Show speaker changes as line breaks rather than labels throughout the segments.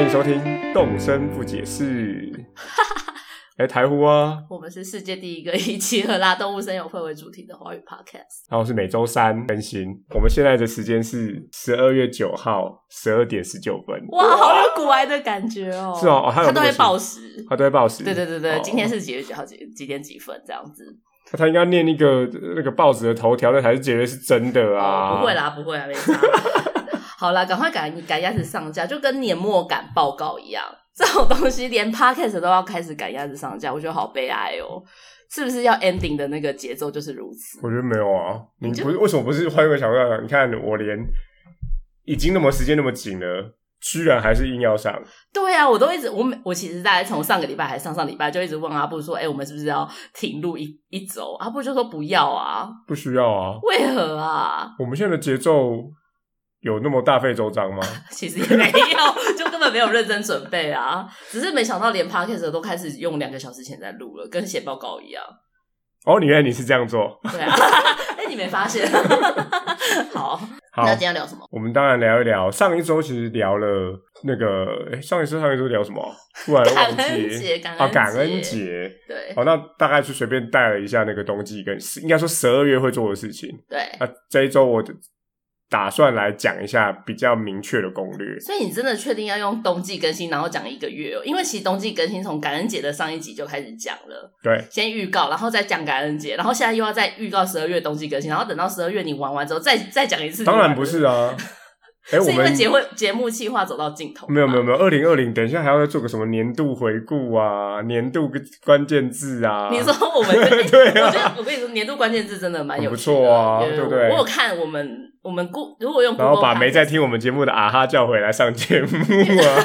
迎收听《动声不解 释》。哎，台呼啊，
我们是世界第一个 以集合拉动物声友会为主题的华语 podcast。
然后是每周三更新。我们现在的时间是十二月九号十二点十九分。
哇，好有古埃的感觉哦！
是哦哦还有
他都
这
会
个
报时。
他都会报时。
对对对对，
哦
今天是几月几号几几点几分这样子？
那他应该念那个那个报纸的头条，那才是绝对是真的啊！
哦不会，啦，不会啦，没差。好啦，赶快赶赶鸭子上架，就跟年末赶报告一样，这种东西连 podcast 都要开始赶鸭子上架，我觉得好悲哀哦。是不是要 ending 的那个节奏就是如此？
我觉得没有啊。你
你就
不是为什么不是换一个小调讲？你看我连已经那么时间那么紧了，居然还是硬要上。
对啊，我都一直我每我其实大概从上个礼拜还是上上礼拜就一直问阿布说，哎、我们是不是要停录一一周？阿布就说不要啊，
不需要啊。
为何啊？
我们现在的节奏有那么大费周章吗？
其实也没有，就根本没有认真准备啊，只是没想到连 podcast 都开始用两个小时前在录了，跟写报告一样。
哦，你原来你是这样做。
对啊， 哎，你没发现？ 好，
好
那，今天要聊什么？
我们当然聊一聊。上一周其实聊了那个，诶上一周上一周聊什么？突然忘
感恩
记。
节，感
啊，
恩
感恩，节。
对
好，那大概就随便带了一下那个冬季跟应该说十二月会做的事情。
对。
那这一周我打算来讲一下比较明确的攻略。
所以你真的确定要用冬季更新，然后讲一个月哦？因为其实冬季更新从感恩节的上一集就开始讲了，
对，
先预告，然后再讲感恩节，然后现在又要再预告十二月冬季更新，然后等到十二月你玩完之后再再讲一次。
当然不是，啊。哎、
是
我
因为
们
节会节目计划走到尽头了吗。
没有没有没有，二零二零，等一下还要做个什么年度回顾啊，年度关键字啊。
你 说我们这
对啊
我觉得我跟你说，年度关键字真的蛮有趣的
很不错啊
有有
对不对
我有看我们我们顾如果用
然后
Google
把
Podcast-
没在听我们节目的啊哈叫回来上节目 啊。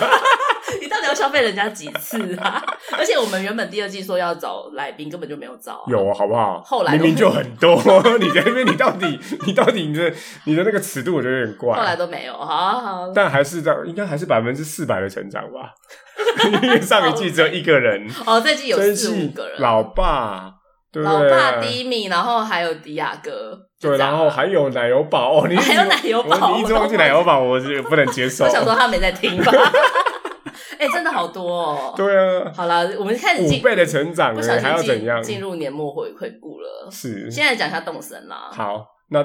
你到底要消费人家几次啊？而且我们原本第二季说要找来宾，根本就没有找、啊。
有啊，好不好？
后来都
明明就很多， 你在那边，你到底，你到底你的你的那个尺度，我觉得有点
后来
怪。
都没有，好好。
但还是在，应该还是百分之四百的成长 吧。因为上一季只有一个人，
哦，这季 有
真
四
是
五个人，
老爸，对不
老
对？
爸迪米，然后还有迪亚哥，就
对，
这样
然后还有奶油宝哦，你一直
啊还有奶油宝
我你一直忘记奶油宝，我是不能接受
我。想说他没在听吧？哎、真的好多哦。
对啊，
好了，我们开始进
五，倍的成长
不
了
小，
还要
心
怎样嗯
进？进入年末回回顾了。
是
现在讲一下动森啦，
好，那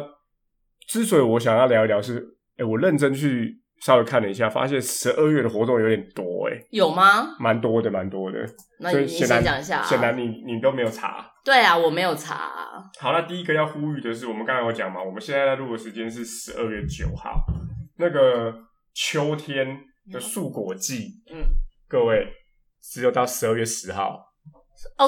之所以我想要聊一聊是，哎、我认真去稍微看了一下，发现十二月的活动有点多、诶哎，
有吗？
蛮多的，蛮多的。
那
所
你
以
你
显
先
然
讲一下、
显
啊。
然你你都没有查。
对啊，我没有查啊、
好，那第一个要呼吁的是，我们刚才有讲嘛，我们现在在录的时间是十二月九号，那个秋天的树果季，
嗯，
各位只有到十二月十号。
哦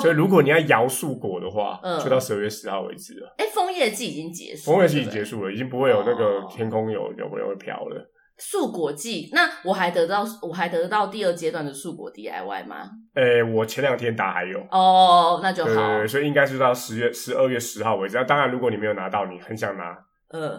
所以如果你要摇树果的话，
嗯
就到十二月十号为止了。
哎、枫叶季已经结束了，
风月季已经
对不对
结束了，已经不会有那个
哦
天空有有没有飘了。
素果季，那我还得到我还得到第二阶段的素果 DIY 吗？
诶、我前两天打还有，
哦，那就
对对
好
对，，所以应该是到十月十二月十号为止。那当然，如果你没有拿到，你很想拿
嗯，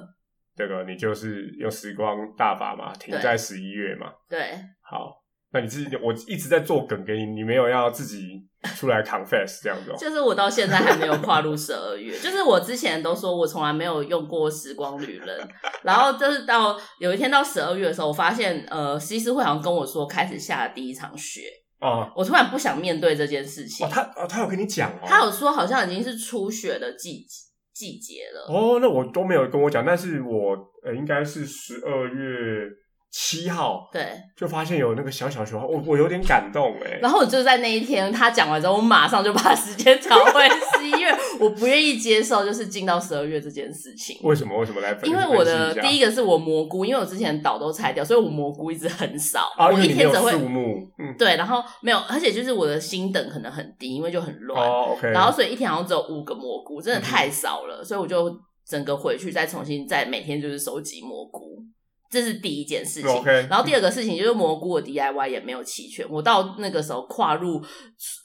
这个，你就是用时光大法嘛，停在十一月嘛。
对，
好，那你自己，我一直在做梗给你，你没有要自己出来 confess 这样子、哦。
就是我到现在还没有跨入十 二月，就是我之前都说我从来没有用过时光旅人，然后就是到有一天到十二月的时候，我发现呃，西施会好像跟我说开始下了第一场雪，
哦
我突然不想面对这件事情
哦，。他哦他有跟你讲哦，
他有说好像已经是初雪的季季节了，
哦，那我都没有跟我讲，但是我呃应该是十二月七号
对，
就发现有那个小小球，我我有点感动哎、
然后我就在那一天，他讲完之后，我马上就把时间调回十一月。我不愿意接受，就是进到十二月这件事情。
为什么为什么来分？
因为我的
分析一下
第一个是我蘑菇，因为我之前岛都拆掉，所以我蘑菇一直很少，
啊，因
我
为
一
你没有
天只会
树木，嗯，
对，然后没有，而且就是我的心等可能很低，因为就很乱，
哦，OK，嗯
然后所以一天好像只有五个蘑菇，真的太少了，所以我就整个回去再重新再每天就是收集蘑菇，这是第一件事情。
OK
然后第二个事情就是蘑菇的 DIY 也没有齐全，我到那个时候跨入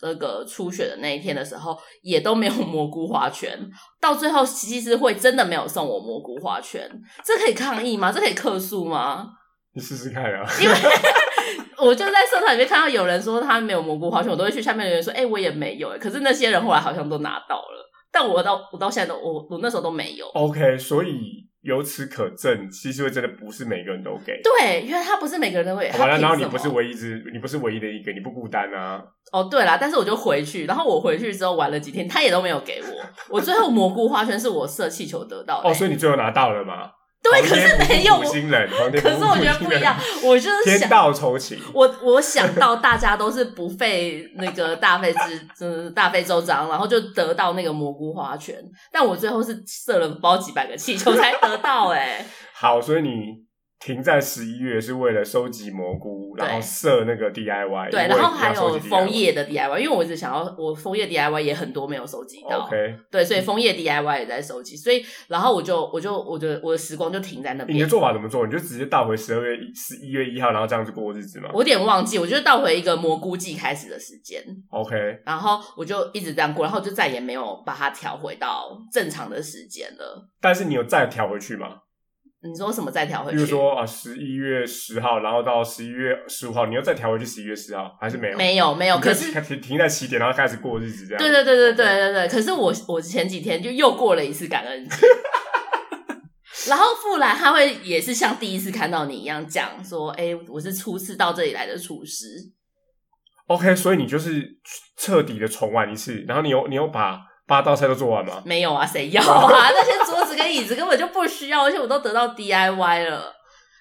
那个初雪的那一天的时候，也都没有 蘑菇花圈，到最后西施会真的没有送我蘑菇花圈，这可以抗议吗？这可以客诉吗？
你试试看啊。
因为我就在社团里面看到有人说他没有蘑菇花圈，我都会去下面留言说：“哎、我也没有。”哎，可是那些人后来好像都拿到了，但我到我到现在都我我那时候都没有。
OK，所以由此可证，西式会真的不是每个人都给。
对，因为他不是每个人都会，
好吧，
他
那
凭
然后你
什
不
么
是唯一之，你不是唯一的一个，你不孤单啊。
哦，对啦，但是我就回去，然后我回去之后玩了几天，他也都没有给我。我最后蘑菇花圈是我射气球得到的、欸
哦，所以你最后拿到了吗？
对，
皇
可
天
是
不负
没有。
苦
我
心人，皇天
可
负
是我
苦
觉得
心
不
人
一样，，我就是
天
想
道酬勤。
我我想到大家都是不费那个大费之呃大费周章，然后就得到那个蘑菇花圈，但我最后是射了包几百个气球才得到哎、
好，所以你停在十一月是为了收集蘑菇，
对
然后设那个 DIY，
对，
因为
然后
你
还
要收
有
集
枫
DIY
叶的 DIY，因为我一直想要我枫叶 DIY 也很多没有收集到
哦 OK，
对，所以枫叶 DIY 也在收集，所以然后我就我就我的我的时光就停在那
你的
边。
做法怎么做？你就直接倒回十二月十一月一号，然后这样子过日子吗
我有点忘记，我就倒回一个蘑菇季开始的时间，
？OK，
然后我就一直这样过，然后就再也没有把它调回到正常的时间了。
但是你有再调回去吗？
你说什么再调回
比
去？
如说啊，十一月十号，然后到十一月十五号，你又再调回去十一月十号，还是没有？
没有没有，
你就
可是
停停在起点，然后开始过日子这样。
对对对对对对对，可是我我前几天就又过了一次感恩节。 然后富兰他会也是像第一次看到你一样讲说，哎、我是初次到这里来的厨师，
OK，所以你就是彻底的重玩一次，然后你有你有把八道菜都做完吗？
没有啊，谁要啊？ 那些桌子跟椅子根本就不需要，而且我都得到 DIY 了。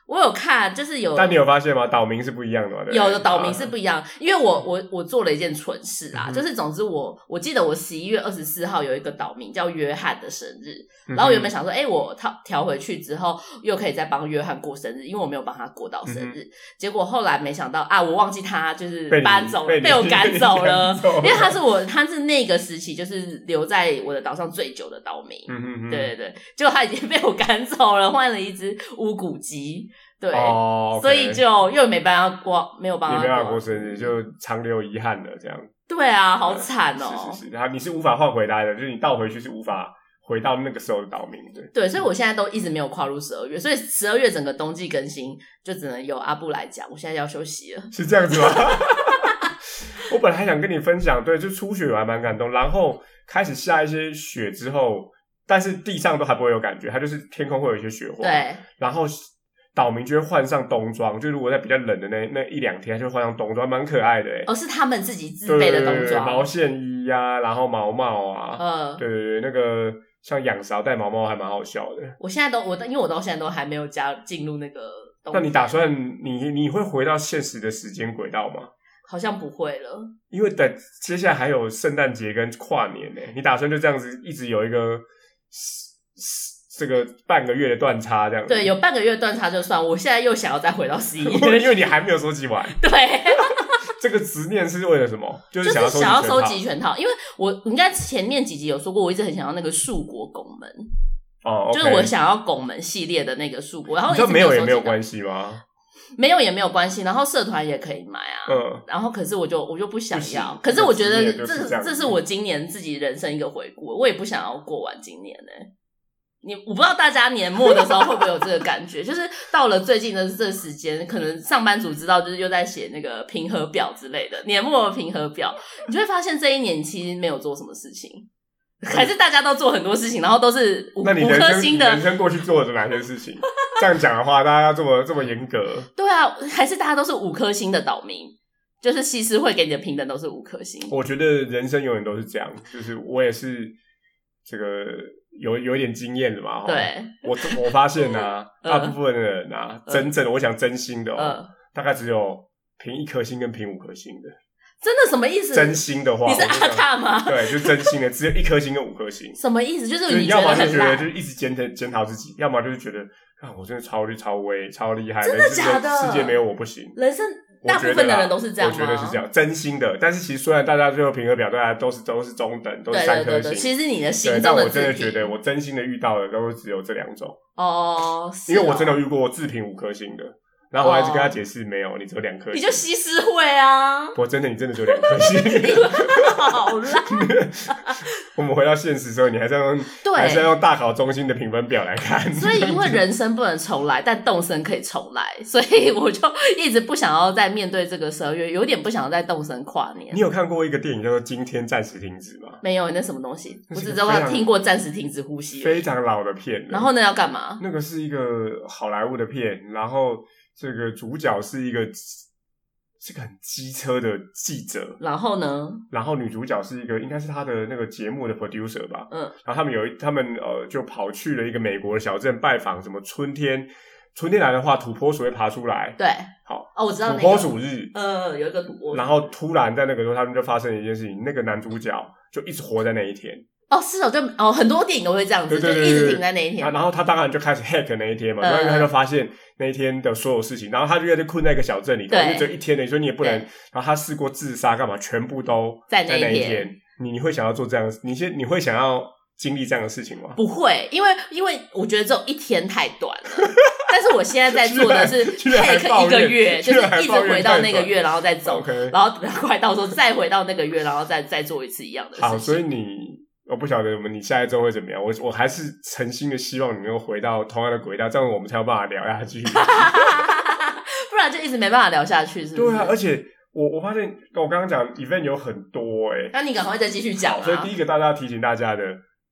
我有看，就是有
但你有发现吗？岛民是不一样的嘛？对不对
有的岛民
啊
是不一样，因为我我我做了一件蠢事啊，
嗯
就是总之我我记得我十一月二十四号有一个岛民叫约翰的生日，
嗯哼
然后我原本想说，哎、我调调回去之后又可以再帮约翰过生日，因为我没有帮他过
嗯
到生日。结果后来没想到啊，我忘记他就是
被你
搬走了，
被
被
你
我赶走了
被你赶走，
因为他是我他是那个时期就是留在我的岛上最久的岛民。
嗯哼嗯哼
对对对，结果他已经被我赶走了，换了一只乌骨鸡。对，
哦，OK，
所以就啊又没帮他过，没有帮
你
他
没办法过生日，就长留遗憾了。这样
对啊，好惨哦、
是是是，然后你是无法换回来的，就是你倒回去是无法回到那个时候的岛民。对，
对，所以我现在都一直没有跨入十二月，所以十二月整个冬季更新就只能由阿布来讲。我现在要休息了。
是这样子吗？ 我本来还想跟你分享，对，就初雪我还蛮感动，然后开始下一些雪之后，但是地上都还不会有感觉，它就是天空会有一些雪花。
对，
然后岛民就会换上冬装，就如果在比较冷的那那一两天，他就会换上冬装，蛮可爱的、欸。
哦，是他们自己自
对
备
对
的
对
冬
对，毛
装。
线衣呀、然后毛帽啊，
呃，
对对对，那个像仰韶戴毛帽还蛮好笑的。
我现在都我都因为我到现在都还没有加进入那个冬
那
季。
你打算你你会回到现实的时间轨道吗？
好像不会了。
因为等接下来还有圣诞节跟跨年呢、你打算就这样子一直有一个这个半个月的断差这样子？
对，有半个月断差就算，我现在又想要再回到十 一
因为，因
月。
为你还没有收集 完，
对。
这个执念是为了什么？就
就是
想要
是想要收
全套
集全套，因为我应该前面几集有说过，我一直很想要那个树国拱门
哦，OK，
就是我想要拱门系列的那个树国，然后
你知道没有也没有关系
啊
吗？
没有也没有关系，然后社团也可以买啊。
嗯，
然后，可是我就我就不想要
不行，
可是我觉得
这个
这
执念就是这样嗯
这是我今年自己人生一个回顾，我也不想要过完今年呢、你我不知道大家年末的时候会不会有这个感觉， 就是到了最近的这时间，可能上班族知道就是又在写那个评核表之类的年末的评核表，你就会发现这一年其实没有做什么事情， 还是大家都做很多事情，然后都是五
那你
五
人
颗
生
星
人
的，
生过去做了哪些事情？这样讲的话，大家要这么这么严格，
对啊，还是大家都是五颗星的岛民，就是西施会给你的评等都是五颗星。
我觉得人生永远都是这样。就是我也是这个有有一点经验的嘛。齁
对，
我我发现啊，
嗯
大部分的人啊，
嗯
真正的我想真心的、
嗯
哦，。大概只有评一颗星跟评五颗星的。
真的什么意思？
真心的话，
你是
我就
阿
想
大吗？
对，就真心的，只有一颗星跟五颗星。
什么意思？就
就是是
觉
要
得
么就
很
觉得
烂
就，是一直检讨检讨自己，要么就是觉得啊，我真的超厉超威超厉害，
真的
人世界
假的
世界没有我不行。
人生
我
大
觉
部
得
分的
啦
人都是这样
我
吗？
觉得是这。样，真心的。但是其实虽然大家最后评核表，大家都是都是中等，都是
对
三
对
颗
对对，其
星。
实你的心
对，但
中
我
自
真的
评
觉得，我真心的遇到的都只有这两种，
哦，是
因为我
哦
真的有遇过自评五颗星的，然后我还是跟他解释，没有，你只有两颗
你
星。
就西施会啊，
我真的，你真的只有两颗星。
好啦，
我们回到现实的时候，你还是要用，还是要
对。
用大考中心的评分表来看。
所以，因为人生不能重来，但动身可以重来，所以我就一直不想要再面对这个十二月，有点不想要再动身跨年
你。有看过一个电影叫做《今天暂时停止》吗？
没有那什么东西，
那
我
是
只
个
知道他
非常
听过暂时停止呼吸而已。
非常老的片了。
然后呢，要干嘛？
那个是一个好莱坞的片，然后这个主角是一个是个很机车的记者，
然后呢？
然后女主角是一个应该是他的那个节目的 producer 吧，
嗯，
然后他们有一他们呃就跑去了一个美国的小镇拜访，什么春天春天来的话，土拨鼠会爬出来，
对，
好
哦，我知道
土
那
拨
个，
鼠日，
呃，有一个土拨鼠
然后突然在那个时候他们就发生了一件事情，那个男主角就一直活在那一天，
哦，是哦，就哦，很多电影都会这样子，
对对
就一
对
直
对
停在那一
啊
天。
然后他当然就开始 hack 那一天嘛，
嗯
然后他就发现那一天的所有事情，然后他就在困在一个小镇里头，
对
因为只有一天的，所以你也不能
对。
然后他试过自杀干嘛，全部都
在那
在
一
那一
天
天。你你会想要做这样的，你先你会想要经历这样的事情吗？
不会，因为因为我觉得只有一天太短了。但是我现在在做的是
居然居然还
take
抱
一个
怨
月，就
居
是
然还
一直
抱怨
回到
太
那个
短
月，然后再走
OK
然后等到快到时候再回到那个月，然后再再做一次一样的事情。
好，所以你我不晓得我们你下一周会怎么样，我我还是诚心的希望你能够回到同样的轨道，这样我们才有办法聊下 去。
不然就一直没办法聊下去，是不
对
是？
啊，而且我我发现我刚刚讲 event 有很多哎、
那你赶快再继续讲
好，所以
啊
第！一个大家要提醒大家的，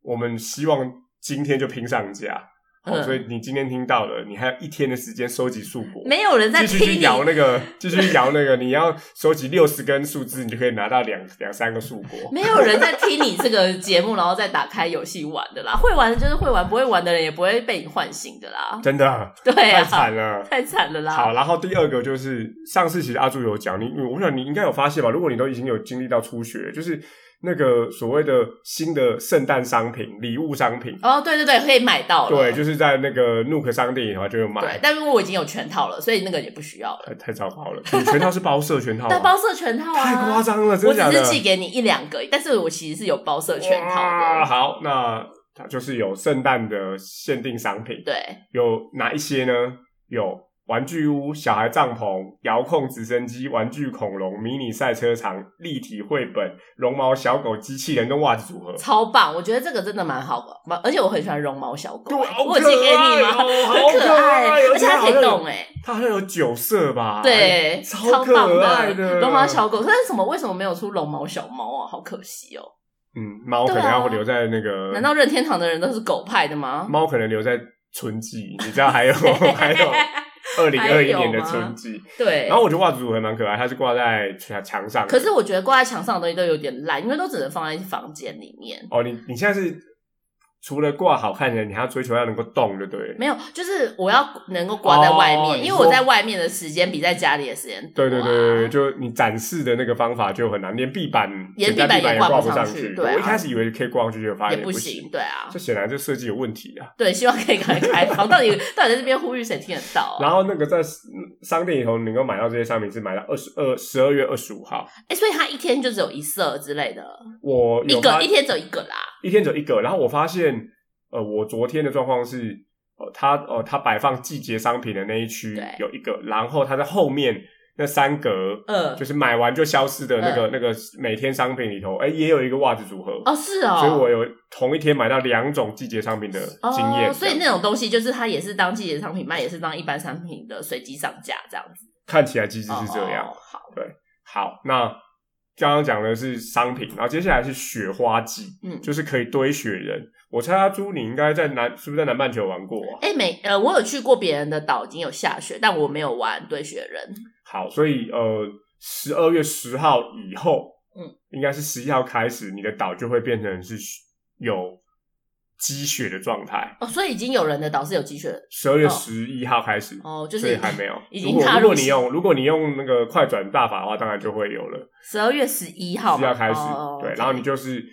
我们希望今天就拼上架。好、
嗯
所以你今天听到了，你还有一天的时间收集数果，
没有人在
继续
听
去
你，
摇那个，继续摇那个，你要收集六十根树枝，你就可以拿到两两三个树果。
没有人在听你这个节目，然后再打开游戏玩的啦。会玩的就是会玩，不会玩的人也不会被你唤醒的啦。
真的
对
太
啊，
惨了。
太惨了啦！
好，然后第二个就是上次其实阿朱有讲，你我想你应该有发现吧？如果你都已经有经历到初学，就是那个所谓的新的圣诞商品、礼物商品，
哦，对对对，可以买到了。
对，就是在那个 Nook 商店里头就有买。
对，但因为我已经有全套了，所以那个也不需要了。
太太糟糕了！你全套是包色全 套、
但
啊，
包色全套 啊，
太夸！张了，真
我
的假
只
的？
是寄给你一两个，但是我其实是有包色全套
哇
的。
好，那它就是有圣诞的限定商品，
对，
有哪一些呢？有玩具屋、小孩帐篷、遥控直升机、玩具恐龙、迷你赛车场、立体绘本、绒毛小狗、机器人跟袜子组合。
超棒！我觉得这个真的蛮好的，蛮而且我很喜欢绒毛小狗、
对，好
我有
可
寄给你
爱
吗？
哦，好
很可爱，
哦
而且它可以，
好像
动哎、
它好像有九色吧？
对，
超
超
可
棒
爱的
绒毛小狗。但是什么？为什么没有出绒毛小猫啊？好可惜哦！
嗯，猫可能
对啊
要留在那个，
难道任天堂的人都是狗派的 吗？
猫可能留在春季，你知道 还有还有二零二一年的春季。
对，
哦然后我觉得袜子组还蛮可爱，它是挂在墙墙上。
可是我觉得挂在墙上的东西都有点烂，因为都只能放在房间里面。
哦，你你现在是除了挂好看起来，你还要追求要能够动，对不对？
没有，就是我要能够挂在外面，
哦你
因为
说
我在外面的时间比在家里的时间多、
对
啊。
对对，就你展示的那个方法就很难，连壁板
连
简单
壁板
板
也
也
挂
挂
不
不
上
上
去对啊
我一开始以为可以挂上去，就发
也
现
不
行
行，。对啊
这，显然这设计有问题啊。
对，希望可以赶快开 放。到底到底在这边呼吁谁听得到、啊？
然后那个在商店里头能够买到这些商品是买到二十二十二月二十五号，
哎、所以他一天就只有一色之类的，
我有
一个
发
一天只有一个啦。
一天只有一个。然后我发现，呃，我昨天的状况是，呃，它呃它摆放季节商品的那一区
对
有一个，然后它在后面那三格，
嗯
就是买完就消失的那个、那个每天商品里头，哎，也有一个袜子组合，
哦，是哦，
所以我有同一天买到两种季节商品的经验，
哦，所以
这样
那种东西就是它也是当季节商品卖，也是当一般商品的随机上架这样子。
看起来机制是这样。
哦好，
好，那刚刚讲的是商品，然后接下来是雪花季，
嗯，
就是可以堆雪人。我猜阿朱，你应该在南是不是在南半球玩过啊？
哎、每呃，我有去过别人的岛，已经有下雪，但我没有玩堆雪人。
好，所以呃，十二月十号以后，
嗯，
应该是十一号开始，你的岛就会变成是有积雪的状态。
哦，所以已经有人的岛是有积雪的
十二月
哦
十一号开始，
哦，就
所以
是
还没有。
已经
如果
踏入
如果你用如果你用那个快转大法的话，当然就会有了。
十二月十一号
十一
嘛
号开始，
哦、
对，然后你就是，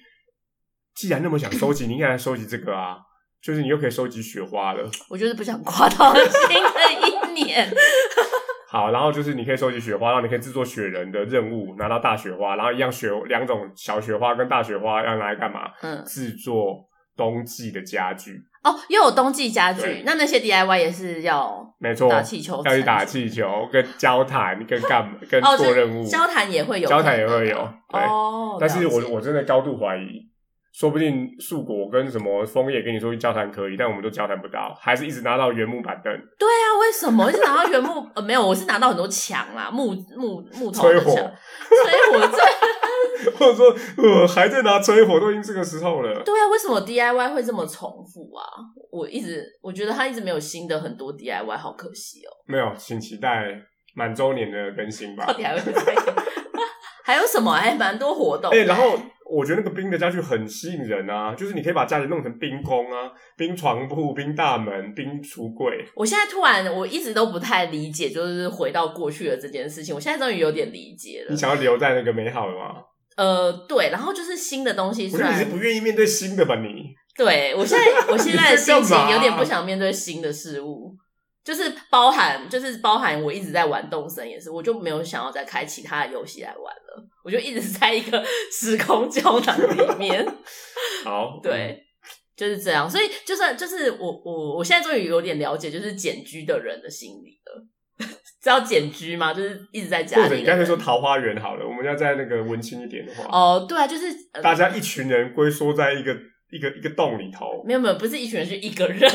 既然那么想收集，你应该来收集这个啊。就是你又可以收集雪花了，
我就是不想跨到新的一年。
好，然后就是你可以收集雪花，然后你可以制作雪人的任务，拿到大雪花，然后一样雪两种小雪花跟大雪花要拿来干嘛？
嗯，
制作冬季的家具。
哦，又有冬季家具
对，
那那些 DIY 也是要
没错，
打气球
要去打
才
气球、跟交谈、跟干嘛、跟
哦，
做
就
任务、
交谈也会有，
交谈也会有。对，
哦。
但是
了解
我我真的高度怀疑，说不定树果跟什么枫叶跟你说去交谈可以，但我们都交谈不到，还是一直拿到原木板凳
对啊，为什么？我 是拿到原木，呃，没有，我是拿到很多墙啦，木木木头
吹
的
火
墙，，吹火这
或者说我还在拿吹火，都已经这个时候了。
对啊，为什么 DIY 会这么重复啊？我一直我觉得他一直没有新的很多 DIY，好可惜哦。
没有，请期待满周年的更新吧
到。底还会怎么样还有什么？还蛮多活动。
哎、然后我觉得那个冰的家具很吸引人啊，就是你可以把家里弄成冰宫啊、冰床铺、冰大门、冰橱柜。
我现在突然，我一直都不太理解，就是回到过去的这件事情，我现在终于有点理解
你
了。
想要留在那个美好的 吗？
呃，对，然后就是新的东西，
我
虽
觉得你
然
是不愿意面对新的吧？你
对我现在我现在的心
你在
情
干嘛
有点不想面对新的事物，就是包含就是包含我一直在玩动森也是，我就没有想要再开其他的游戏来玩了，我就一直在一个 时空胶囊里面，
好，
对。就是这样，所以就算就是我我我现在终于有点了解，就是简居的人的心理了。 知道简居吗？就是一直在
嗯，
家
或者
里
你
的
干脆
人。
说桃花源好了，我们要在那个文青一点的话，
哦，对啊，就是、呃
大家一群人龟缩在一个一个一个洞里头，
没有没有，不是一群人，是一个人。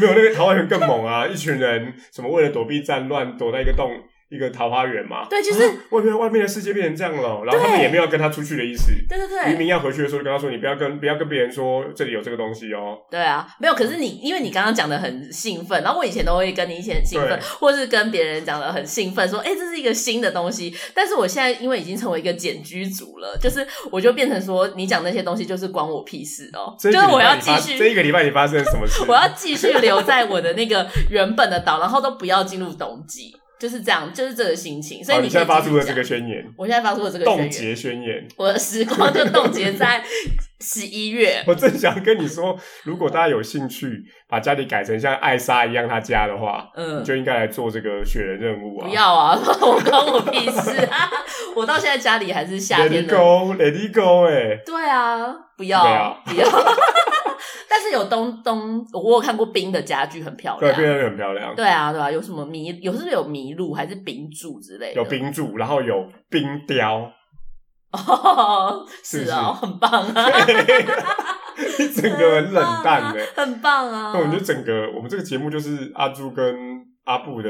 没有那个桃花源更猛啊！一群人什么为了躲避战乱，躲在一个洞。一个桃花源嘛，
对就是
啊外面外面的世界变成这样了，然后他们
对
也没有跟他出去的意思。
对对对，
渔民要回去的时候，就跟他说：“你不要跟不要跟别人说这里有这个东西哦。
对啊，没有。可是你，因为你刚刚讲的很兴奋，然后我以前都会跟你一起很兴奋
对，
或是跟别人讲的很兴奋，说：“哎、这是一个新的东西。”但是我现在因为已经成为一个简居族了，就是我就变成说，你讲那些东西就是关我屁事哦，”
这
就
一
是
个礼拜
我要
你
继
发这
续，
一个礼拜你发生了什么事？哦
我要继续留在我的那个原本的岛，然后都不要进入冬季，就是这样，就是这个心情。所以
好
你
你现在发出了
可
这
以继续
个
讲，
宣言，
我现在发出了这个
冻
宣言，
结宣言。
我的时光就冻结在十一月。
我正想跟你说，如果大家有兴趣把家里改成像艾莎一样他家的话，
嗯
你，就应该来做这个雪人任务啊。
不要啊！ 我关我屁事啊！我到现在家里还是夏
，Let
天
it
的。
go，Let it go，哎、
对啊，不要
不要
不要。 但是有东东，我有看过冰的家具很漂
对，变
亮。
得很漂亮。
啊对啊，对啊，有什么麋，有是不是有麋鹿还是冰柱之类的？
有冰柱，然后有冰雕，
哦，
是不
是
是
哦，很棒 啊，
你整个很冷淡哎、
很棒啊，
那我们就整个我们这个节目就是阿朱跟阿布的，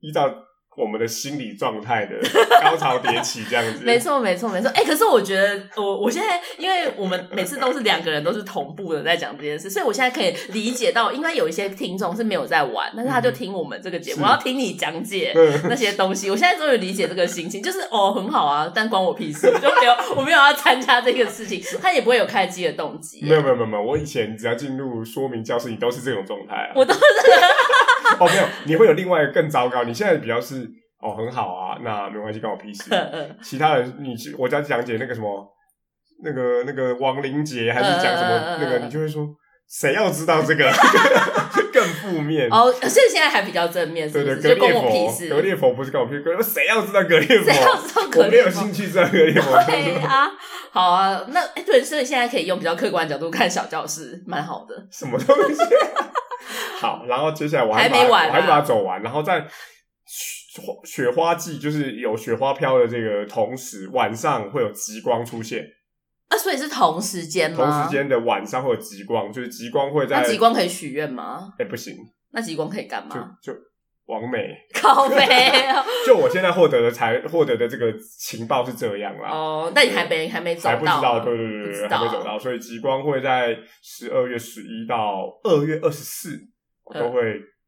依照我们的心理状态的高潮迭起这样子。
没，错，没错，没错。哎、可是我觉得我我现在，因为我们每次都是两个人都是同步的在讲这件事，所以我现在可以理解到，应该有一些听众是没有在玩，但是他就听我们这个节目，
是
然后听你讲解
嗯，
那些东西。我现在终于理解这个心情，就是哦，很好啊，但关我屁事，我就没有，我没有要参加这个事情，他也不会有开机的动机。
没有没有没有没有，我以前只要进入说明教室，你都是这种状态啊。
我都
是哦，没有，你会有另外一个更糟糕。你现在比较是哦，很好啊，那没关系，关我屁事。其他人，你我在讲解那个什么，那个那个亡灵节，还是讲什么
嗯嗯嗯嗯
那个，你就会说谁要知道这 个更负面。
哦，所以现在还比较正面，
对
是
对，
不是？
格
就关
列
我屁
佛，
事，
格列佛不是关我屁事，格列佛谁要知道格列佛？
谁要知道格
我没有
列佛
兴趣知道格列佛。
对啊，好啊，那哎、对，所以现在可以用比较客观的角度看小教室，蛮好的。
什么东西？ 好，然后接下来我还
还
把它
没完啊
我还是把它走完，然后在雪花雪花季，就是有雪花飘的这个同时，晚上会有极光出现，
啊，所以是同时间
同
吗？
时。间的晚上会有极光，就是极光会在
那嗯啊极光可以许愿吗？
哎、不行，
那极光可以干嘛？
就就完美。
靠 背哦
就我现在获得的才获得的这个情报是这样啦。
哦，但你还没还没走
还
到，
不知道，对对
不
对
知
对，
道
还没走到，所以极光会在十二月十一到二月二十四
嗯
都会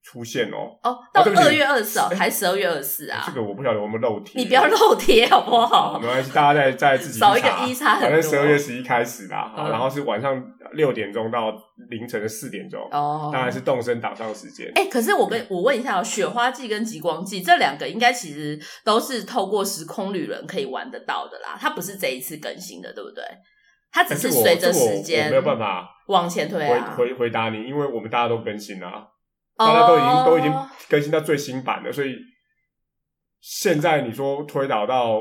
出现哦。
哦，到
哦对不起
二月二 十哦，还是十二月二十四啊
这？个我不晓得我们漏题，
你不要漏贴好不
好
好
没？关系，大家再再自己去
少一个
查
一差很多
反正十二月十一开始啦，好
嗯
然后是晚上六点钟到凌晨的四点钟，
哦，
当然是动身打上时间。
哎、可是我
嗯
跟我问一下、哦，雪花季跟极光季这两个应该其实都是透过时空旅人可以玩得到的啦，它不是这一次更新的，对不对？它只
但
是
我
随着
哎这个我
时
我
间
没有办法
往前推
回
啊。
回回答你，因为我们大家都更新啊啦，
哦
大家都已经都已经更新到最新版了，所以现在你说推导到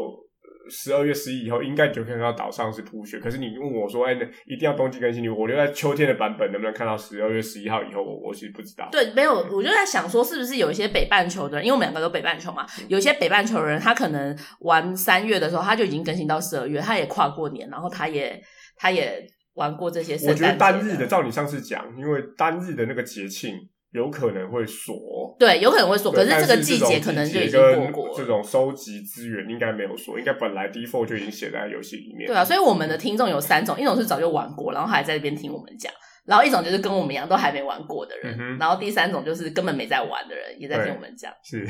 十二月、十一以后，应该就可以看到岛上是铺雪。可是你问我说，哎、那一定要冬季更新，我留在秋天的版本能不能看到十二月十一号以后？我我其实不知道。
对，没有，我就在想说，是不是有一些北半球的人，因为我们两个都北半球嘛，
嗯
有一些北半球人，他可能玩三月的时候，他就已经更新到十二月，他也跨过年，然后他也他也玩过这些圣
我
诞
觉
节
得
的。
单日的，照你上次讲，因为单日的那个节庆有可能会锁。
对，有可能会说，可
对但
这
是
个季
节
节可能就已经
跟
过过
这
了。
种收集资源应该没有锁，应该本来 default 就已经写在游戏里面。
对啊，所以我们的听众有三种，一种是早就玩过，然后还在这边听我们讲；然后一种就是跟我们一样都还没玩过的人，
嗯哼
然后第三种就是根本没在玩的人也在听我们讲。
是。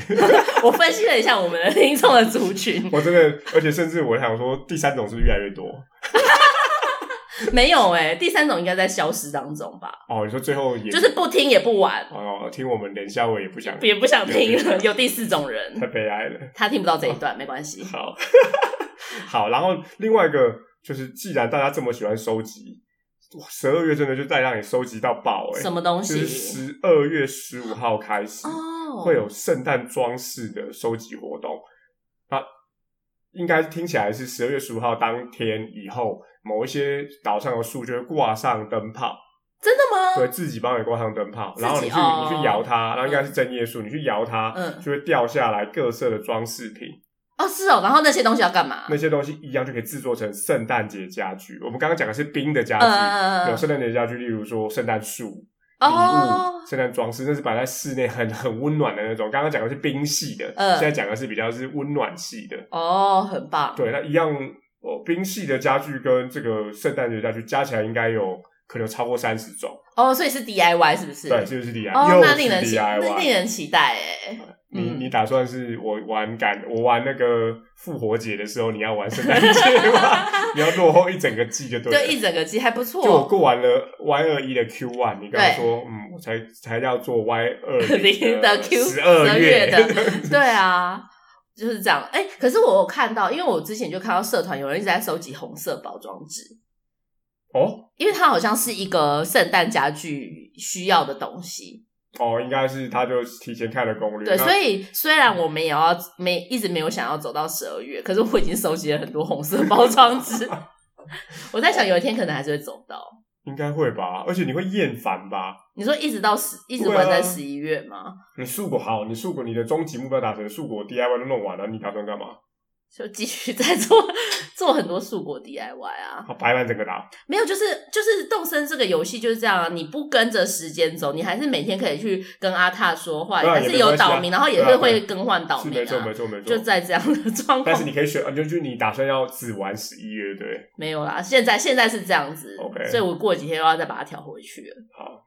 我分析了一下我们的听众的族 群，
我真的，而且甚至我想说，第三种是不是越来越多
没有哎、第三种应该在消失当中吧，
哦。你说最后也
就是不听也不玩，
哦，听我们连下我也不想，
也不想听了。有第四种
太
人，
悲哀了。
他听不到这一段，没关系。
好， 好，然后另外一个就是，既然大家这么喜欢收集，哇，十二月真的就再让你收集到爆哎、
什么东
就是
西？
十二月十五号开始、
哦，
会有圣诞装饰的收集活动。那应该听起来是十二月十五号当天以后，某一些岛上的树就会挂上灯泡。
真的吗？
对自己帮你挂上灯泡，
自己
然后你去、
哦
你去摇它，然后应该是针叶树，你去摇它，
嗯
就会掉下来各色的装饰品，
哦，是哦。然后那些东西要干嘛？
那些东西一样就可以制作成圣诞节家具。我们刚刚讲的是冰的家具，
呃
有，圣诞节家具，例如说圣诞树、礼
哦
物、，圣诞装饰，那是摆在室内很很温暖的那种。刚刚讲的是冰系的，
嗯
现在讲的是比较是温暖系的。
哦，很棒。
对，那一样哦，冰系的家具跟这个圣诞节家具加起来应该有可能超过三十种。
哦，所以是 DIY 是不是？
对，就是 DIY，、
哦，
又
那
是
令人期，
DIY，
那令人期待哎。
你
嗯
你打算是我玩感我玩那个复活节的时候，你要玩圣诞节吗？ 你要落后一整个季就对
就
了。
一整个季还不
就我
错，
过完了 Y 二一的 Q one，你刚刚说嗯，我才才要做 Y 二
零的 Q
十
12
二，
月的对啊，就是这样。哎、可是我有看到，因为我之前就看到社团有人一直在收集红色包装纸，
哦
因为它好像是一个圣诞家具需要的东西。
哦，应该是他就提前看了攻略。
对，
那
所以虽然我们也要没一直没有想要走到十二月，可是我已经收集了很多红色包 装纸。我在想，有一天可能还是会走到。
应该会吧，而且你会厌烦吧？
你说一直到十，一直
对啊
玩在十一月吗？
你树果好，你树果你的终极目标达成，树果 DIY 都弄完了，你打算干嘛？
就继续 在做做很多素果 DIY 啊。
好，白板整个打，
没有，就是就是动身这个游戏就是这样啊，你不跟着时间走，你还是每天可以去跟阿塔说话，
对啊
还
也
是
没关
有
系啊
岛民，然后也
对
是
啊对
会更换岛
是
民
没错没
啊，
错没错
就。在这样的 状
但是
况
你可以选，呃就就是你打算要只玩十一月对不对？
没有啦。现在现在是这样子
OK
所以我过几天又要再把它调回去了。
好，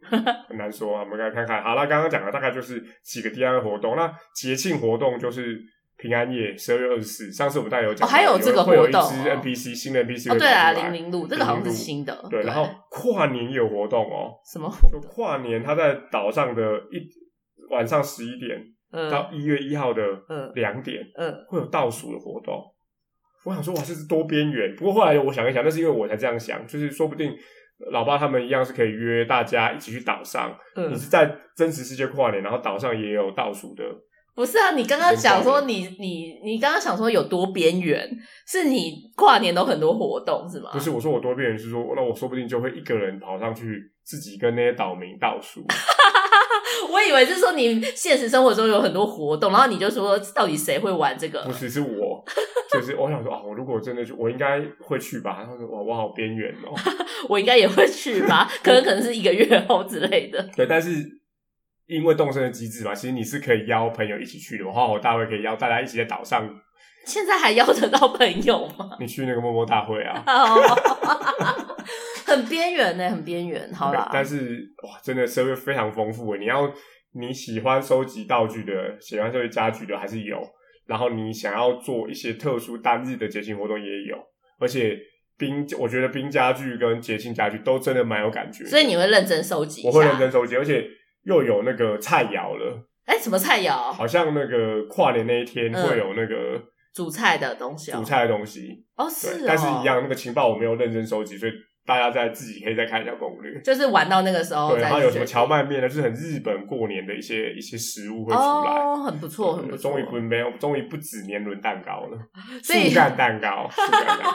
很难说啊，我们来看看。好那刚刚讲的大概就是几个 DIY 活动，那节庆活动就是平安夜，十二月二十四。上次我们大概有讲到，
哦还有这个
会有
活动
一只
哦
NPC 新的 NPC
哦，
会
对啊，哦
跑出来
零零路这个好像是新的，
对，然后跨年也有活动哦，
什么
就跨年他在岛上的一晚上十一点
呃
到一月一号的
嗯
两点
呃
会有倒数的活动。我想说，哇，这是多边缘。不过后来我想一想，那是因为我才这样想，就是说不定老爸他们一样是可以约大家一起去岛上，你
呃，
是在真实世界跨年，然后岛上也有倒数的，
不是啊，你刚刚讲说你你你刚刚想说有多边缘，是你跨年都很多活动是吗？
不是我说我多边缘，是说那我说不定就会一个人跑上去，自己跟那些岛民倒数。
我以为是说你现实生活中有很多活动，然后你就说到底谁会玩这个
不？只是我，就是我想说啊，我如果真的去，我应该会去吧。然后说哇，我好边缘哦。
我应该也会去吧， 可能可能是一个月后之类的。
对，但是因为动身的机制嘛，其实你是可以邀朋友一起去的。花火大会可以邀大家一起在岛上，
现在还邀得到朋友 吗？
你去那个摸摸大会啊。
哦很边缘呢，很边缘。好
对但
啦，
是哇，真的社会非常丰富耶。欸你要你喜欢收集道具的，喜欢收集家具的还是有。然后你想要做一些特殊单日的节庆活动也有，而且冰，我觉得冰家具跟节庆家具都真的蛮有感觉的。
所以你会认真收集一下。
我会认真收集，而且又有那个菜肴了，
哎，什么菜肴？
好像那个跨年那一天
嗯
会有那个
主菜的东西哦。
主菜的东西，
哦，
对，
是哦。
但是一样那个情报我没有认真收集，所以大家在自己可以再看一下攻略。
就是玩到那个时候
对，
哦再
然
去
后有什么
决定
荞麦面呢？就是很日本过年的一些一些食物会出来。
哦，很不错，很不错
终。于不没有，终于不止年轮蛋糕了，
所以
树干蛋糕，树干蛋糕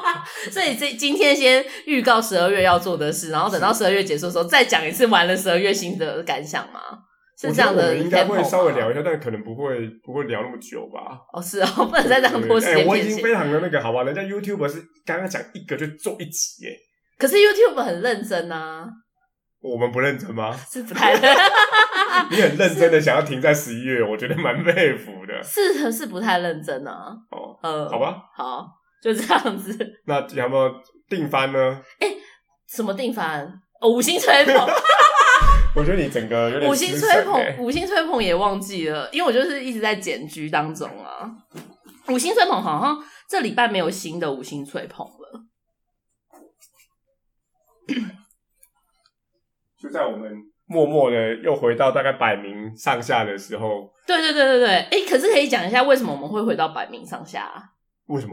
所以这今天先预告十二月要做的事，然后等到十二月结束的时候再讲一次玩了十二月新的感想吗？ 是
我
这
觉得我
样的啊 tempo 吗，
们应该会稍微聊一下，但可能不会不会聊那么久 吧。
哦，是哦，不能再这样拖时
对
间
哎我已
变
经
现。
非常的那个，好吧，人家 YouTube 是刚刚讲一个就做一集，哎，
可是 YouTube 很认真啊，
我们不认真吗？
是不 太认，
你很认真的想要停在十一月，我觉得蛮佩服的。
是是不太认真啊。
哦，
呃，
好，吧，
好，就这样子。
那有没有定番呢？
什么定番？哦，五星吹捧，
我觉得你整个有点
五星
失
吹
神哎
捧，五星吹捧也忘记了，因为我就是一直在检居当中啊。五星吹捧好像这礼拜没有新的五星吹捧了。
就在我们默默的又回到大概百名上下的时候，
对对对对对，哎、可是可以讲一下为什么我们会回到百名上下、啊？
为什么？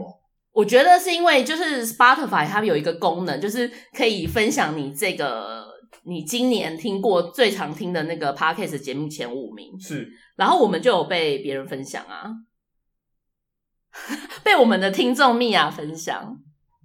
我觉得是因为就是 Spotify 它有一个功能，就是可以分享你这个你今年听过最常听的那个 podcast 节目前五名，
是
然后我们就有被别人分享啊， 被我们的听众蜜雅分享，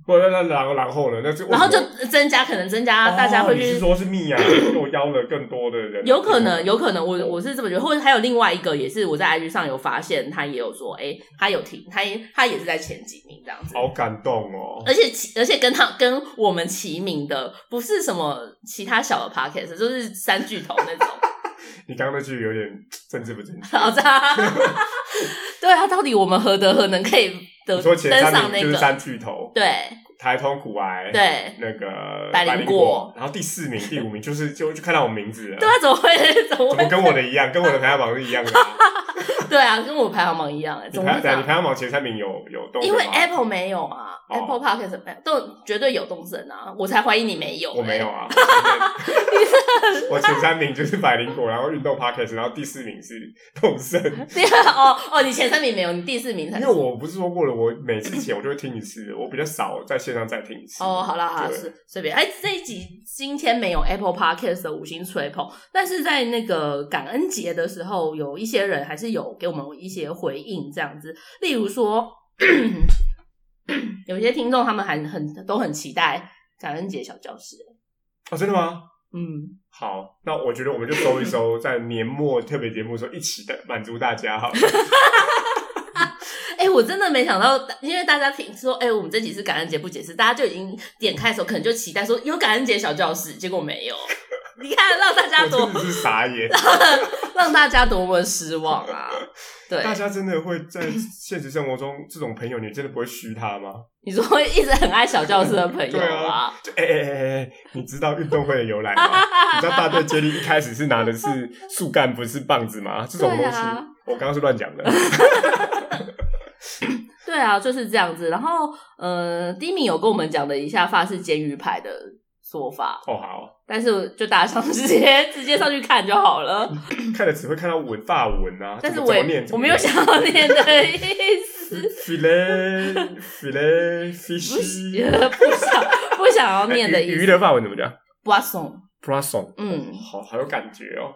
不那那然后然后呢？那是为什么
然后就增加可能增加大家
哦
会
你
去、
是说是蜜 啊，又邀了更多的人，
有可能，有可能，我我是这么觉得，或者还有另外一个，也是我在 IG 上有发现，他也有说，哎、他有听，他也他也是在前几名这样子。
好感动哦。
而且其而且跟他跟我们齐名的不是什么其他小的 podcast，就是三巨头那 种。
你刚刚那句有点政治不正确。
好渣， 对啊，到底我们何德何能可以得
你说前
登上
三名
那
就是
个？
三巨头，
对
台通古癌，，
对
那个
百灵
灵
果，
然后第四名、第五名就是就就看到我名字了
对，啊，怎么会怎么
怎么
会？
跟我的一样，跟我的排行榜是一样 的啊。
对啊，跟我排行榜一样哎、
你
怎么
排
会这
对啊你
样？
排行榜前三名有有动
因为
的吗
Apple 没有啊、
哦
a p p l e Podcast 没有都绝对有动森啊，我才怀疑你没有、
我没有
哎，
啊，我前三名就是百灵果，然后运动 podcast，然后第四名是动森。
对啊，哦哦，你前三名没有，你第四名才
因
是
为。我不是说过了，我每次剪我就会听一次，我比较少在线上再听一次。
哦，好啦好啦，
对
是随便。哎，这一集今天没有 Apple Podcast 的五星吹捧，但是在那个感恩节的时候，有一些人还是有给我们一些回应，这样子。例如说， 有些听众他们还很都很期待感恩节小教室。
哦，真的吗？
嗯，
好，那我觉得我们就收一收，在年末特别节目的时候一起的满足大家好了。
哎、我真的没想到，因为大家听说，哎、我们这集是感恩节不解释，大家就已经点开的时候可能就期待说有感恩节小教室，结果没有。 你看，让 大家
我
多
真的是傻眼，
让大家多么失望啊！对，
大家真的会在现实生活中这种朋友，你真的不会虚他吗？
你说会一直很爱小教室的朋友
对啊
啊，
就哎哎哎哎哎，你知道运动会的由 来吗？你知道大队接力一开始是拿的是树干，不是棒子吗？这种东
对
西，
啊
我刚刚是乱讲 的。
对啊，就是这样子。然后，呃，第一名有跟我们讲了一下法式煎鱼排的说法，
哦，好，
但是就大家上 直接直接上去看就好了。
看了只会看到文发文啊，
但是
嗯怎么怎么
我也
念
我没有想要念的意思，
filet filet
不
fish
想不想不想要念的意
哎鱼
思。
鱼的发文怎么讲
b o s s o n
p r a s o n
嗯，
好好有感觉哦。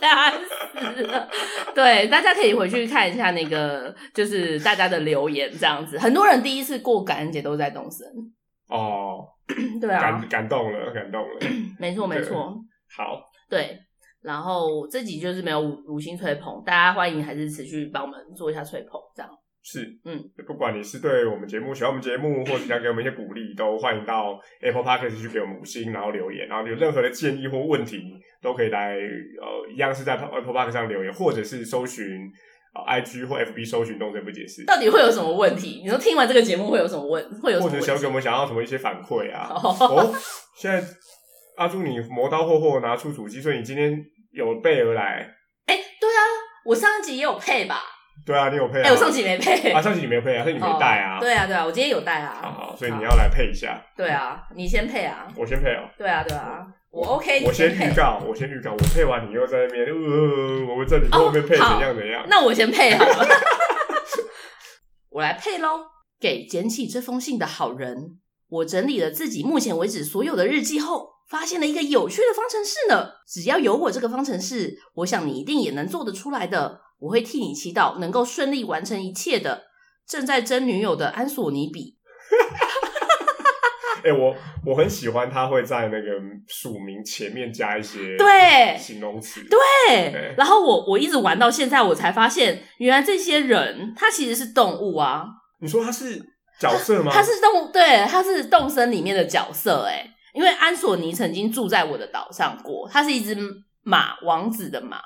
吓死了！对，大家可以回去看一下那个，就是大家的留言这样子。很多人第一次过感恩节都在东森，
哦，
对啊，
感感动了，感动了。
没错没错，
好，
对。然后这集就是没有五五星吹捧，大家欢迎还是持续帮我们做一下吹捧，这样
是，
嗯，
不管你是对我们节目喜欢我们节 目，或者想给我们一些鼓励，都欢迎到 Apple Podcast 去给我们五星，然后留言，然后有任何的建议或问题，都可以来呃，一样是在 Apple Podcast 上留言，或者是搜寻。呃 IG 或 FB 搜寻动作不解释，
到底会有什么问题？你说听完这个节目会有什么问？会有什
或
么
者
问
想
题？
给我们想要什么一些反馈啊，
哦，
哦，现在阿朱你磨刀霍霍拿出主机，所以你今天有备而来。
哎，对啊，我上一集也有配吧？
对啊，你有配啊？
哎，我上集没配
啊，，上期你没有配啊，上期你没带啊。
哦对啊，对啊，我今天有带啊。
好好，所以你要来配一下。
对啊，你先配啊。
我先配哦，
对啊，对啊，我 OK，
我
你
先
配
预。告，我先预告，我配完你又在那边，呃，我们这里
哦
后面配怎样怎样。
那我先配好了， 我来配喽。给捡起这封信的好人，我整理了自己目前为止所有的日记后，发现了一个有趣的方程式呢。只要有我这个方程式，我想你一定也能做得出来的。我会替你祈祷能够顺利完成一切的。正在争女友的安索尼比，
哎、我我很喜欢他会在那个署名前面加一些
对
形容词，
对
对。
然后我我一直玩到现在，我才发现原来这些人他其实是动物啊，
你说他是角色吗？
他是动物，对，他是动森里面的角色、欸，哎，因为安索尼曾经住在我的岛上过，他是一只马，王子的马，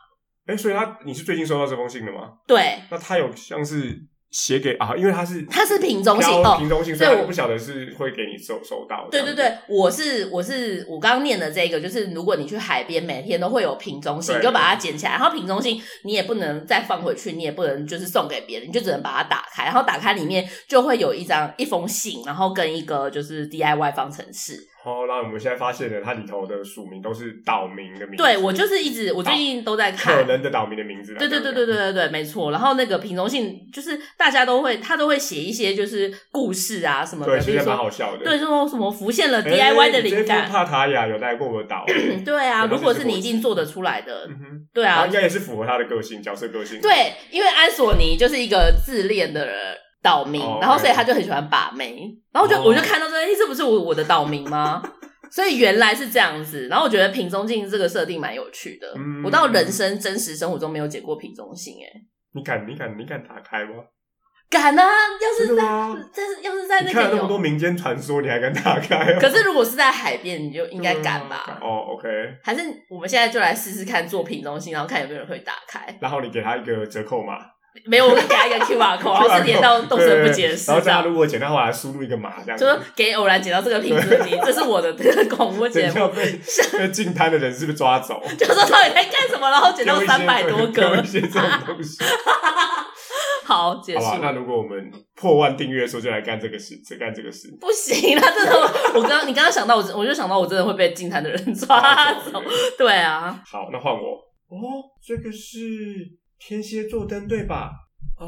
哎、所以他你是最近收到这封信的吗？
对，
那他有像是写给啊，因为他是
他是品种型
标
哦
品种型，
所
所以
以我
我不晓得是会给你收收到。
对对，对，我是我是我刚刚念的这个，就是如果你去海边，每天都会有瓶中信，
对
就把它捡起来，然后瓶中信你也不能再放回去，你也不能就是送给别人，你就只能把它打开，然后打开里面就会有一张一封信，然后跟一个就是 DIY 方程式。
好，那我们现在发现了，它里头的署名都是岛民的名字，
对我就是一直我最近都在看
可，能的岛民的名字啦。
对对对
不
对对对对，没错。然后那个品种信就是大家都会，他都会写一些就是故事啊什么的，
对，
比
其
如
实蛮
说
好笑的。
对，说什么浮 现了
哎
DIY 的灵
你这幅
感，
帕塔亚有来过我 岛，嗯
对啊，
对
如果是你
这是我
一定做得出来的，
哼，
对
他
啊
应，该也是符合他的个性角色个性。
对，因为安索尼就是一个自恋的人。岛民
哦，
然后
OK
所以他就很喜欢把妹，然后就、
哦
我就看到这，哎，这不是我我的岛民吗？ 所以原来是这样子，然后我觉得品中镜这个设定蛮有趣的，
嗯
我到人生真实生活中没有剪过品中信，哎，
你敢你敢你敢打开吗？
敢啊！要是
真的吗？
但是要是在那
你看了
个
那么多
有，
民间传说，你还敢打开哦？
可是如果是在海边，你就应该敢
对啊
吧？
哦，OK，
还是我们现在就来试试看做品中心，然后看有没有人会打开。
然后你给他一个折扣码，
没有，我们给他一个 QR code，然后 是连到动
对
身不
对
解释
然后
这
大家
样。
如果捡到，话，来输入一个码，这样
就
子。
说给偶然捡到这个瓶子 的你，这是我的这个广播节
等一
目，
下 被被进摊的人是不是抓走？
就说到底在干什么，然后捡到
丢一些
三百多
丢
个
一。些这种东西。
好，结
好吧，。
束
那如果我们破万订阅的时候，就来干这个事，就干这个事。
不行啦，真的，我刚你刚刚想到我，我就想到我真的会被进坛的人 抓走。对啊，
好，那换我。哦，这个是天蝎座灯对吧？啊、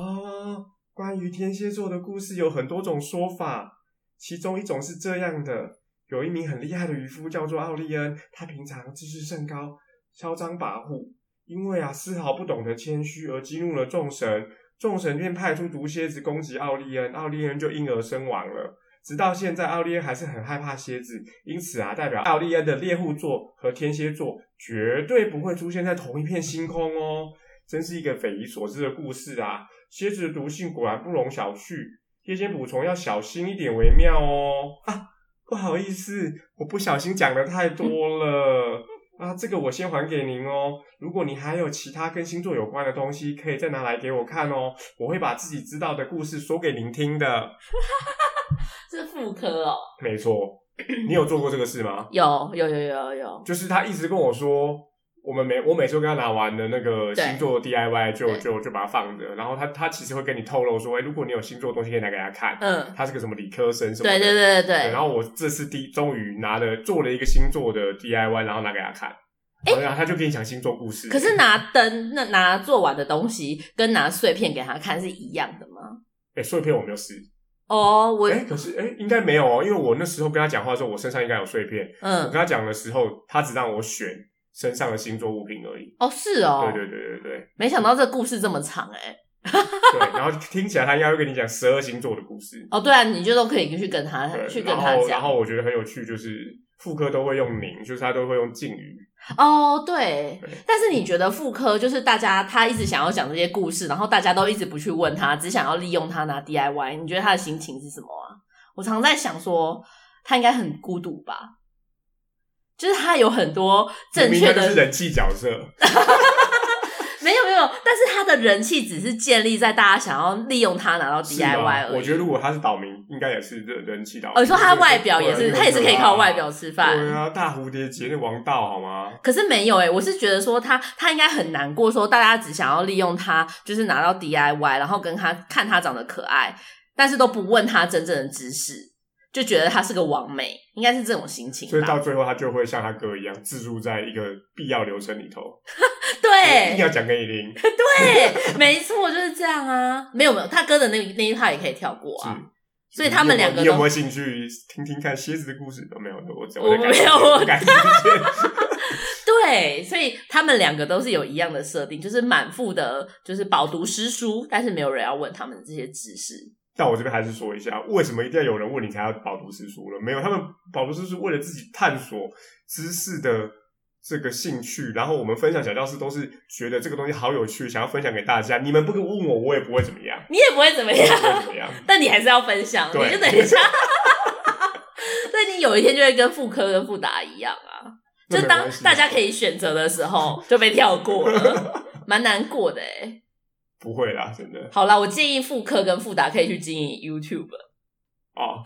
关于天蝎座的故事有很多种说法，其中一种是这样的：有一名很厉害的渔夫叫做奥利恩，他平常自视甚高，嚣张跋扈，因为啊丝毫不懂得谦虚而激怒了众神，众神便派出毒蝎子攻击奥利恩，奥利恩就因而身亡了。直到现在，奥利恩还是很害怕蝎子，因此啊，代表奥利恩的猎户座和天蝎座绝对不会出现在同一片星空哦。真是一个匪夷所思的故事啊！蝎子的毒性果然不容小觑，贴心补充要小心一点为妙哦。啊，不好意思，我不小心讲的太多了。啊，这个我先还给您哦。如果你还有其他跟星座有关的东西，可以再拿来给我看哦。我会把自己知道的故事说给您听的。
是妇科哦，
没错，你有做过这个事 吗？
有有有有有，
就是他一直跟我说，我们每我每次跟他拿完的那个
对
星座 DIY 就
对
就就把它放着，然后他他其实会跟你透露说，哎、如果你有星座的东西可以拿给他看，
嗯，
他是个什么理科生什么的。
对对对对对。
然后我这次第终于拿了做了一个星座的 DIY，然后拿给他看，然后他就跟你讲星座故事。
哎可是拿灯、那拿做完的东西跟拿碎片给他看是一样的吗？
哎、碎片我没有试。
哦、我、
哎、可是哎、应该没有哦，因为我那时候跟他讲话的时候，我身上应该有碎片。我
嗯
跟，他讲的时候，他只让我选身上的星座物品而已。
哦是哦，
对对对对对。
没想到这故事这么长哎、
对，然后听起来他应该会跟你讲十二星座的故事，
哦对啊，你就都可以去跟他
对，
嗯去跟
然
他
后然
讲
后我觉得很有趣，就是妇科都会用您，就是他都会用敬语，
哦对
对。
但是你觉得妇科就是大家他一直想要讲这些故事，然后大家都一直不去问他，只想要利用他拿 DIY，你觉得他的心情是什么啊？我常在想说他应该很孤独吧，就是他有很多正
明明
确
他就
的
是人气角色，
没有没有，但是他的人气只是建立在大家想要利用他拿到
是吗
DIY 而
我
已。
觉得如果他是岛民，应该也是人人气岛。
哦，你说他外表也
对啊
是，他也是可以靠外表
对
吃
啊
饭。
对啊，大蝴蝶结那王道好吗？
可是没有欸诶、我是觉得说他他应该很难过，说大家只想要利用他，就是拿到 DIY，然后跟他看他长得可爱，但是都不问他真正的知识，就觉得他是个完美，应该是这种心情
所以到
吧？
最后，他就会像他哥一样，置入在一个必要流程里头，一定
对
要讲给你听。
对，没错，就是这样啊。没有没有，他哥的那那一趴也可以跳过啊。 所以他们两个
你有没有
都
你有没有兴趣听听看蝎子的故事？都没有，我只
我
在改
没有我
改 改
对，所以他们两个都是有一样的设定，就是满腹的就是饱读诗书，但是没有人要问他们这些知识。
但我这边还是说一下，为什么一定要有人问你才要饱读诗书了？没有，他们饱读诗书为了自己探索知识的这个兴趣，然后我们分享小教室都是觉得这个东西好有趣，想要分享给大家。你们不问我，我也不会怎么样，
你也不会怎么
我也
样
不，会怎么样。
但你还是要分享，
对
你就等一下。对你有一天就会跟副科跟富达一样啊，
那
就
没
当
关系
大家可以选择的时候就被跳过了，蛮难过的哎。
不会啦，真的
好啦，我建议副科跟富达可以去经营 YouTube，
哦，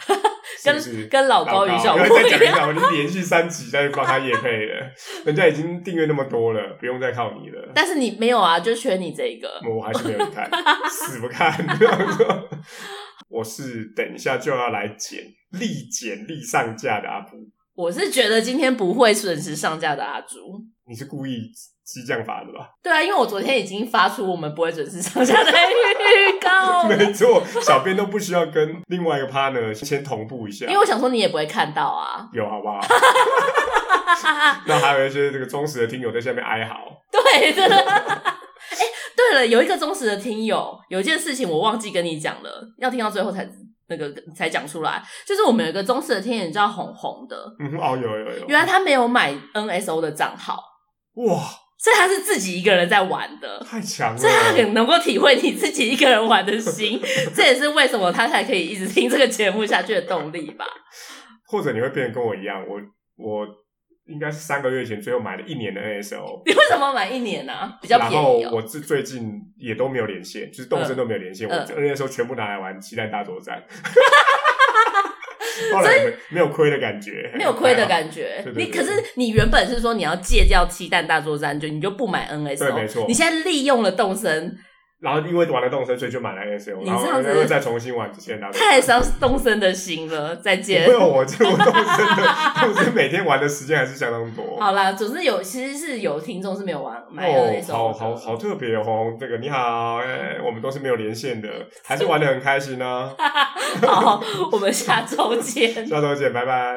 是
跟
不是
跟老高与小
因
莫
为 再讲
一
一
样。
讲，我已经连续三集在帮他夜配了，人家已经订阅那么多了，不用再靠你了。
但是你没有啊，就缺你这个。
我还是没有去看，死不看。 我是等一下就要来剪，立剪立上架的阿布。
我是觉得今天不会准时上架的阿朱。
你是故意激将法的吧？
对啊，因为我昨天已经发出我们不会准时上架的 预告了，
没错，小编都不需要跟另外一个 partner 先同步一下
因为，我想说你也不会看到啊。
有好不 好？那还有一些这个忠实的听友在下面哀嚎，
对的。 哎、对了，有一个忠实的听友，有一件事情我忘记跟你讲了，要听到最后才那个才讲出来，就是我们有一个忠实的听友叫红红的，
嗯，哦，有有有，
原来他没有买 NSO 的账号，
哇，
所以他是自己一个人在玩的。
太强了
所以，他
嗯
很能够体会你自己一个人玩的心，这也是为什么他才可以一直听这个节目下去的动力吧。
或者你会变得跟我一样，我我应该是三个月前最后买了一年的 NSO，
你为什么买一年呢、比较便
然后
宜、哦。
我最最近也都没有连线，就是动身都没有连线，
嗯
我
嗯
那时候全部拿来玩鸡蛋大作 战， 后来没没有亏的感觉，
没有亏的
觉。
感觉。
对对
你
对
可是你原本是说你要戒掉鸡蛋大作战，就你就不买
对
NSO，
没错
你现在利用了动身，
然后因为玩了动身，所以就买了 NSO，
你
然后
这样子
然后再重新玩之前拿。
太伤动身的心了。再见
没。有嗯哦我这我动身 的动身每天玩的时间还是相当多。
好啦，总之有其实是有听众是没有玩哦买
哦
NSO，、，
好好好。特别哦，红这个你好，哎我们都是没有连线的，还是 玩的很开心呢、
好，我们下周见。
下周见，拜拜。